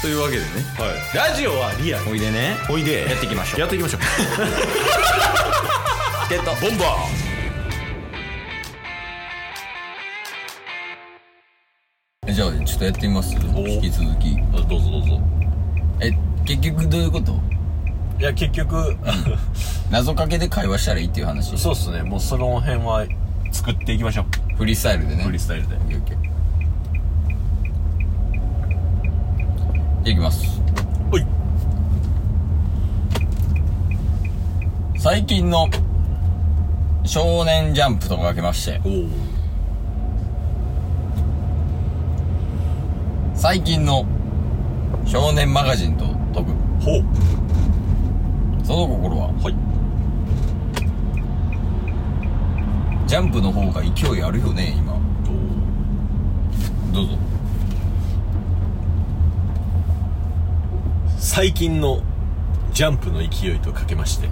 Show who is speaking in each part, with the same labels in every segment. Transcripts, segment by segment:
Speaker 1: というわけでね
Speaker 2: はい、ラジオはリアル
Speaker 1: おいでね
Speaker 2: おいで
Speaker 1: やっていきましょう
Speaker 2: やっていきましょう
Speaker 1: ゲットボンバーじゃあちょっとやってみます引き続き
Speaker 2: あどうぞどうぞ
Speaker 1: え結局どういうこと
Speaker 2: いや結局、
Speaker 1: 謎かけで会話したらいいっていう話
Speaker 2: そうっすねもうその辺は作っていきましょ
Speaker 1: フリースタイルで
Speaker 2: う
Speaker 1: ね
Speaker 2: フリースタイルで
Speaker 1: オッケーオッケーじゃあいきます
Speaker 2: おい
Speaker 1: 最近の少年ジャンプとかが来まして
Speaker 2: おお
Speaker 1: 最近の少年マガジンと解く
Speaker 2: ほう
Speaker 1: その心は
Speaker 2: はい
Speaker 1: ジャンプの方が勢いあるよね今どうぞ
Speaker 2: 最近のジャンプの勢いとかけまして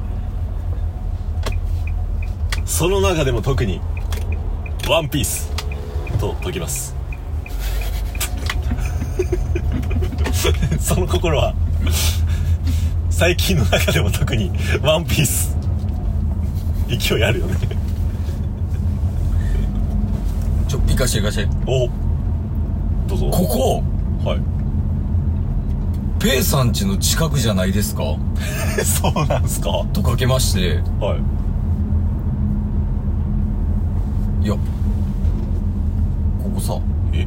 Speaker 2: その中でも特に「ワンピースと解きます その心は最近の中でも特に「ワンピース勢いあるよね
Speaker 1: ちょ行かして行かして
Speaker 2: おどうぞ
Speaker 1: ここ
Speaker 2: はい
Speaker 1: ペイさん家の近くじゃないですか
Speaker 2: え そうなんすかは
Speaker 1: とかけまして
Speaker 2: い
Speaker 1: いやここさ
Speaker 2: え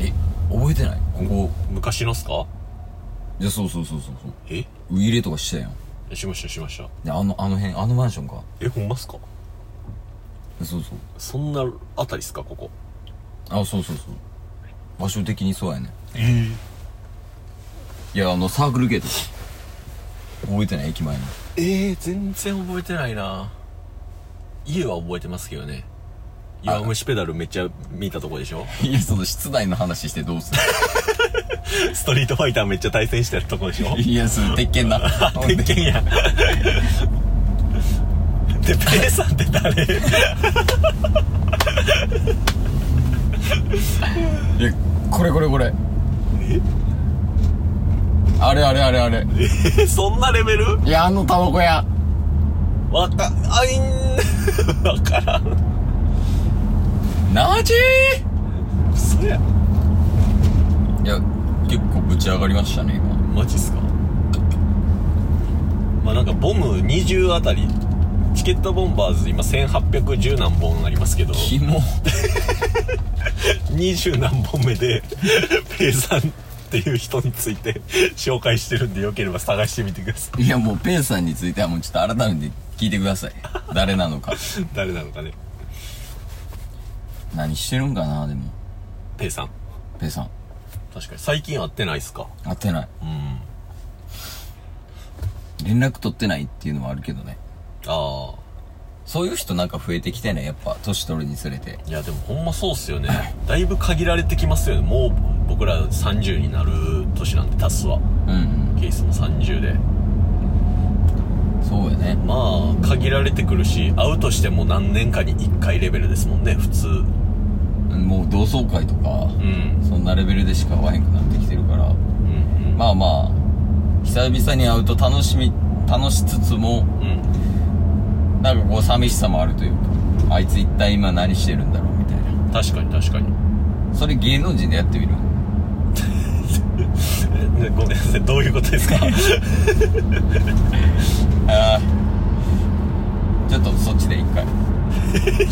Speaker 1: え覚えてないここ
Speaker 2: 昔のっすか
Speaker 1: いやそうそうそうそうそう
Speaker 2: え
Speaker 1: ウイイレとかしたやん
Speaker 2: しましたしました
Speaker 1: であのあの辺あのマンションか
Speaker 2: えほんますか
Speaker 1: えそうそう
Speaker 2: そんなあたりっすかここ
Speaker 1: あそうそうそう場所的にそうやね
Speaker 2: ええ
Speaker 1: いやあのサークルゲート覚えてない駅前の
Speaker 2: えー、全然覚えてないな家は覚えてますけどね弱虫ペダルめっちゃ見たとこで しょ
Speaker 1: いやその室内の話してどうする
Speaker 2: ストリートファイターめっちゃ対戦してるとこでし ょ
Speaker 1: いやその鉄拳な
Speaker 2: 鉄拳や でペイさんって誰
Speaker 1: いやこれこれこれあれあれあれあれ
Speaker 2: えそんなレベル
Speaker 1: いやあのタバコ屋
Speaker 2: わかあいん わからん
Speaker 1: なじ
Speaker 2: そや
Speaker 1: いや結構ぶち上がりましたね今
Speaker 2: マジっすかまあなんかボム20あたりチケットボンバーズ今1810何本ありますけど
Speaker 1: キモ
Speaker 2: 20何本目でペイさんっていう人について紹介してるんでよければ探してみてくださ
Speaker 1: いやもうペンさんについてはもうちょっと改めて聞いてください誰なのか
Speaker 2: い誰なのかね
Speaker 1: 何してるんかなでも
Speaker 2: ペイさん
Speaker 1: ペンさん
Speaker 2: 確かに最近会ってないっすか
Speaker 1: 会ってない
Speaker 2: うん
Speaker 1: 連絡取ってないっていうのはあるけどね
Speaker 2: あ
Speaker 1: そういう人なんか増えてきてねやっぱ年取るにつれて
Speaker 2: あいやでもほんまそうっすよねだいぶ限られてきますよねもう僕ら30になる年なんで足すは
Speaker 1: うん、うん、
Speaker 2: ケイスも30で
Speaker 1: そうやね
Speaker 2: まあ限られてくるし会うとしても何年かに1回レベルですもんね普通
Speaker 1: うんもう同窓会とか
Speaker 2: うん
Speaker 1: そんなレベルでしか会わへんくなってきてるから
Speaker 2: うんうん
Speaker 1: まあまあ久々に会うと楽しみ楽しつつも
Speaker 2: うん
Speaker 1: なんかこう寂しさもあるというかあいつ一体今何してるんだろうみたいな
Speaker 2: 確かに確かに
Speaker 1: それ芸能人でやってみる
Speaker 2: え ねごめんなさいどういうことですか
Speaker 1: あーちょっとそっちで一回ち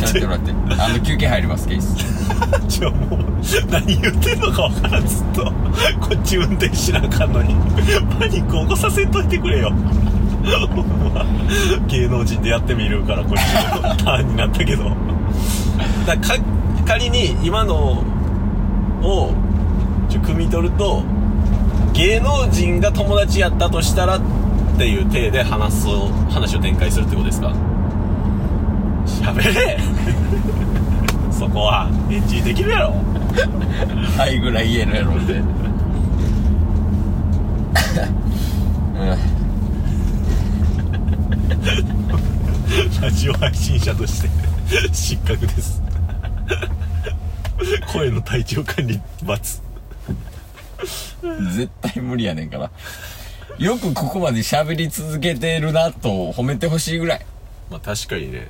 Speaker 1: ょっとやってもらってあの休憩入りますケース
Speaker 2: じゃあもう何言ってんのかわからんずっとこっち運転しなあかんのにパニック起こさせんといてくれよほんま芸能人でやってみるからこっちのターンになったけどだからか仮に今のをちょ汲み取ると芸能人が友達やったとしたらっていう体で話す話を展開するってことですか喋れ そこはエッジできるやろ
Speaker 1: はいぐらい言えるやろって う
Speaker 2: ラジオ配信者として失格です声の体調管理罰
Speaker 1: ん絶対無理やねんから。よくここまで喋り続けてるなと褒めてほしいぐらい。
Speaker 2: まあ確かにねいや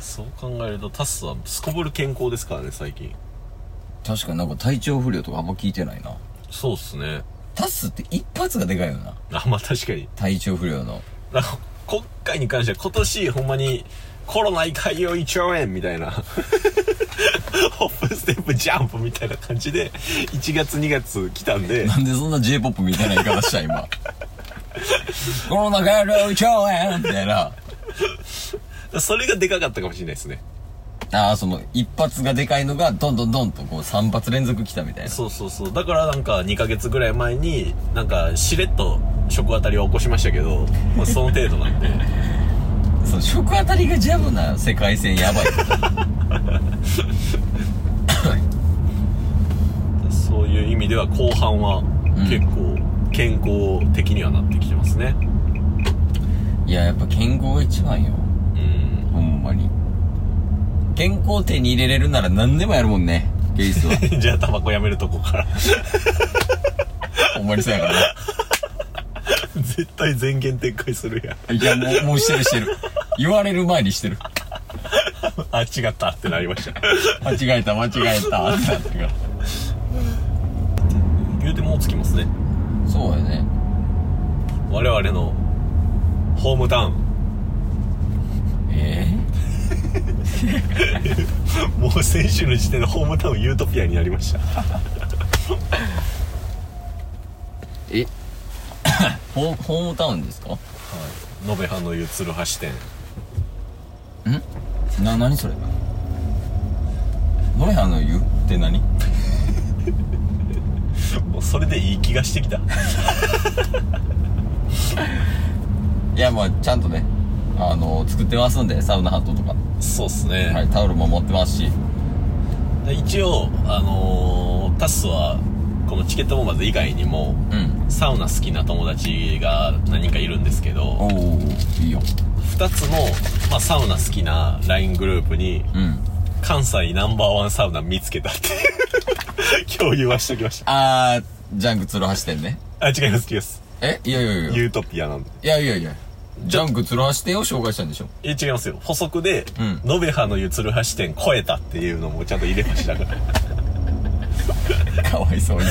Speaker 2: そう考えるとタスはすこぶる健康ですからね最近
Speaker 1: 確かになんか体調不良とかあんま聞いてないな。
Speaker 2: そうっすね
Speaker 1: タスって一発がでかいよな。
Speaker 2: あまあ確かに
Speaker 1: 体調不良の。
Speaker 2: なんか今回に関しては今年ほんまにコロナ一回用1兆円みたいなホップステップジャンプみたいな感じで1月2月来たんで
Speaker 1: なんでそんな J-POP みたいな言い方した 今。この中やる兆円みたいな。
Speaker 2: それがでかかったかもしれないですね
Speaker 1: ああ、その一発がでかいのがどんどんどんとこう三発連続来たみたいな。
Speaker 2: そうそうそうだからなんか2ヶ月ぐらい前になんかしれっと食あたりを起こしましたけど、まあ、その程度なんで
Speaker 1: その食あたりがジャブな世界線やばい。
Speaker 2: そういう意味では後半は結構健康的にはなってきてますね
Speaker 1: いや、やっぱ健康が一番よ。
Speaker 2: うん
Speaker 1: ほんまに。健康を手に入れれるなら何でもやるもんね。ゲイスは。
Speaker 2: じゃあタバコやめるとこから
Speaker 1: ほんまにそうやからな
Speaker 2: 絶対全言撤回するやん
Speaker 1: いや、もう、もうしてるしてる。言われる前にしてる。
Speaker 2: あ違ったってなりました
Speaker 1: 間違えた、間違えた、ってなってから。
Speaker 2: 言うてもうつきますね
Speaker 1: そうやね。
Speaker 2: 我々のホームタウン
Speaker 1: え
Speaker 2: もう先週の時点でホームタウンユートピアになりました
Speaker 1: ええ ホホームタウンですか
Speaker 2: はい延べ派の湯鶴橋店
Speaker 1: な、なにそれノレハの湯って何
Speaker 2: もうそれでいい気がしてきた
Speaker 1: いや、まあ、ちゃんとね、あの、作ってますんで、サウナハットとか。
Speaker 2: そうっすね、
Speaker 1: はい、タオルも持ってますし。
Speaker 2: で一応あのータスはこのチケットボンバーズ以外にも
Speaker 1: うん。
Speaker 2: サウナ好きな友達が何人かいるんですけど
Speaker 1: おー、いいよ。
Speaker 2: 2つの、まあ、サウナ好きな LINE グループに
Speaker 1: うん。
Speaker 2: 関西ナンバーワンサウナ見つけたっていう 共有はしときました
Speaker 1: あー、ジャンク鶴橋店ね。
Speaker 2: あ違います違います
Speaker 1: えいやいやいやいや。
Speaker 2: ユートピアなんで
Speaker 1: いやいやいや。ジャンク鶴橋店を紹介したんでしょ。
Speaker 2: え違いますよ補足で
Speaker 1: うん
Speaker 2: 「延べ派のゆつる橋店超えた」っていうのもちゃんと入れましたから
Speaker 1: かわいそうに。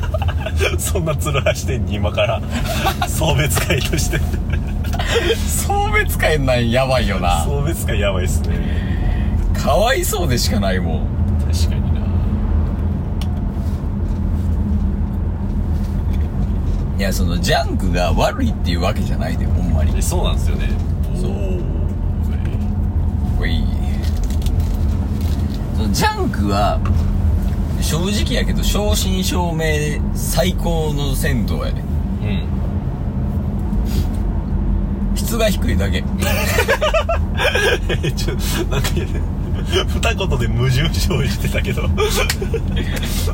Speaker 2: そんな鶴橋店に今から 送別会として
Speaker 1: 送別会なんやばいよな。
Speaker 2: 送別会やばいっすね
Speaker 1: かわいそうでしかないもん。
Speaker 2: 確かにない
Speaker 1: や、その、ジャンクが悪いっていうわけじゃないで、ほんまに。
Speaker 2: えそうなんですよね
Speaker 1: そうほい。その、ジャンクは、正直やけど、正真正銘、最高の銭湯やね。
Speaker 2: ううん
Speaker 1: 質が低いだけ。
Speaker 2: えちょなんか二言で矛盾生じてたけど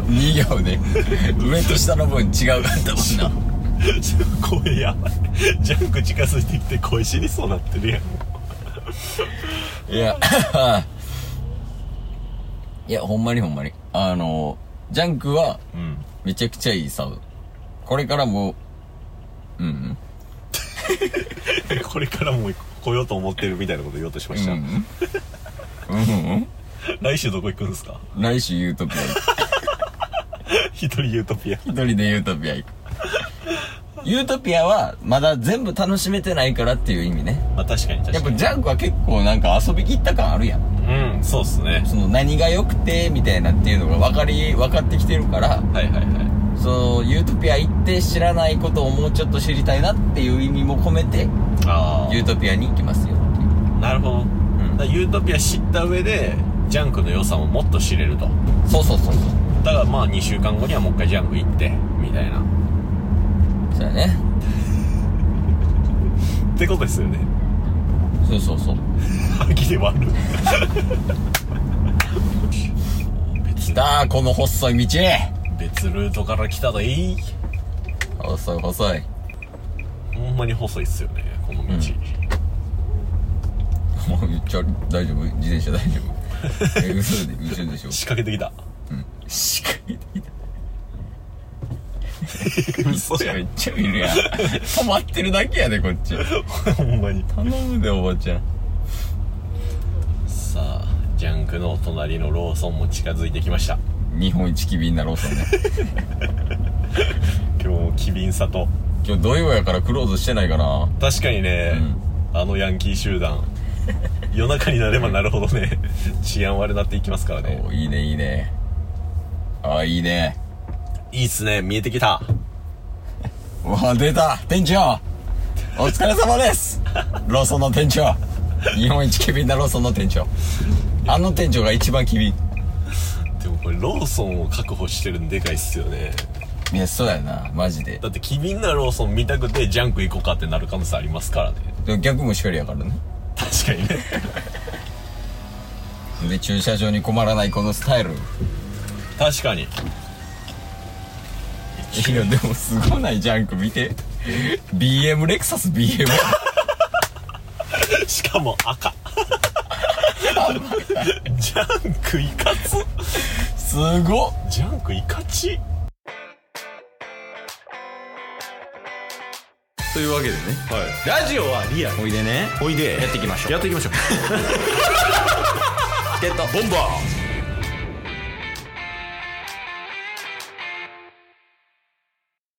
Speaker 1: 似合うね。上と下の分違うかったもんな。
Speaker 2: ちょ声やばいジャンク近づいてきて声死にそうなってるやん
Speaker 1: いや、 いや、ほんまにほんまに。あの、ジャンクは、
Speaker 2: うん
Speaker 1: めちゃくちゃいいサウナ。これからも、うんうん、
Speaker 2: これからも来ようと思ってるみたいなこと言おうとしました、
Speaker 1: うんうん。うんうん
Speaker 2: 来週どこ行くんですか
Speaker 1: 来週ユートピア行く。
Speaker 2: 一人ユートピア
Speaker 1: 一人でユートピア行く。ユートピアは、まだ全部楽しめてないからっていう意味ね。
Speaker 2: まあ確かに確
Speaker 1: やっ
Speaker 2: か
Speaker 1: ぱ
Speaker 2: に
Speaker 1: ジャンクは結構なんか遊びきった感あるやん。
Speaker 2: うんそうっすね
Speaker 1: その何が良くて、みたいなっていうのが分かり、分かってきてるから、
Speaker 2: はいはいは
Speaker 1: そのユートピア行って知らないことをもうちょっと知りたいなっていう意味も込めて
Speaker 2: いあ
Speaker 1: ユートピアに行きますよっていう
Speaker 2: あなるほど、だからユートピア知った上でジャンクの良さももっと知れると
Speaker 1: そうそうそうそう
Speaker 2: だからまあ2週間後にはもう一回ジャンク行ってみたいなっ
Speaker 1: そうやね
Speaker 2: てことですよね
Speaker 1: そうそうそう
Speaker 2: 歯切れ悪い別
Speaker 1: 来たーこの細い道
Speaker 2: 別ルートから来たでいい
Speaker 1: 細い細い
Speaker 2: ほんまに細いっすよねこの道、
Speaker 1: うんもうめっちゃ大丈夫自転車大丈夫え嘘で嘘でしょ
Speaker 2: 仕掛けてきた
Speaker 1: うん仕掛けてきた
Speaker 2: 嘘や
Speaker 1: めっちゃ見るやん。止まってるだけやで、こっち。
Speaker 2: ほんまに
Speaker 1: 頼むで、おばちゃん。
Speaker 2: さあジャンクのお隣のローソンも近づいてきました
Speaker 1: 日本一機敏なローソンね。
Speaker 2: 今日も機敏さと
Speaker 1: 今日土曜やからクローズしてないかな。
Speaker 2: 確かにね、あのヤンキー集団 夜中になればなるほどね治安悪なっていきますからね
Speaker 1: おいいね、いいね。ああ、いいね。
Speaker 2: いいっすね見えてきた
Speaker 1: うわ、出た店長お疲れ様ですローソンの店長日本一機敏なローソンの店長。あの店長が一番機敏。
Speaker 2: でもこれローソンを確保してるんでかいっすよね
Speaker 1: いや、そうやな、マジで。
Speaker 2: だって機敏なローソン見たくてジャンク行こうかってなる可能性ありますからね
Speaker 1: でも逆もしかりやからね。
Speaker 2: 確かにね
Speaker 1: で、駐車場に困らないこのスタイル。
Speaker 2: 確かに
Speaker 1: いやでもすごないジャンク見て BM レクサス BM
Speaker 2: しかも赤ジャンクいかつ
Speaker 1: すごっ
Speaker 2: ジャンクいかち
Speaker 1: というわけでね
Speaker 2: はいラジオはリアル
Speaker 1: おいでね
Speaker 2: おいで
Speaker 1: やっていきましょう
Speaker 2: やっていきましょう
Speaker 1: ゲットボンバー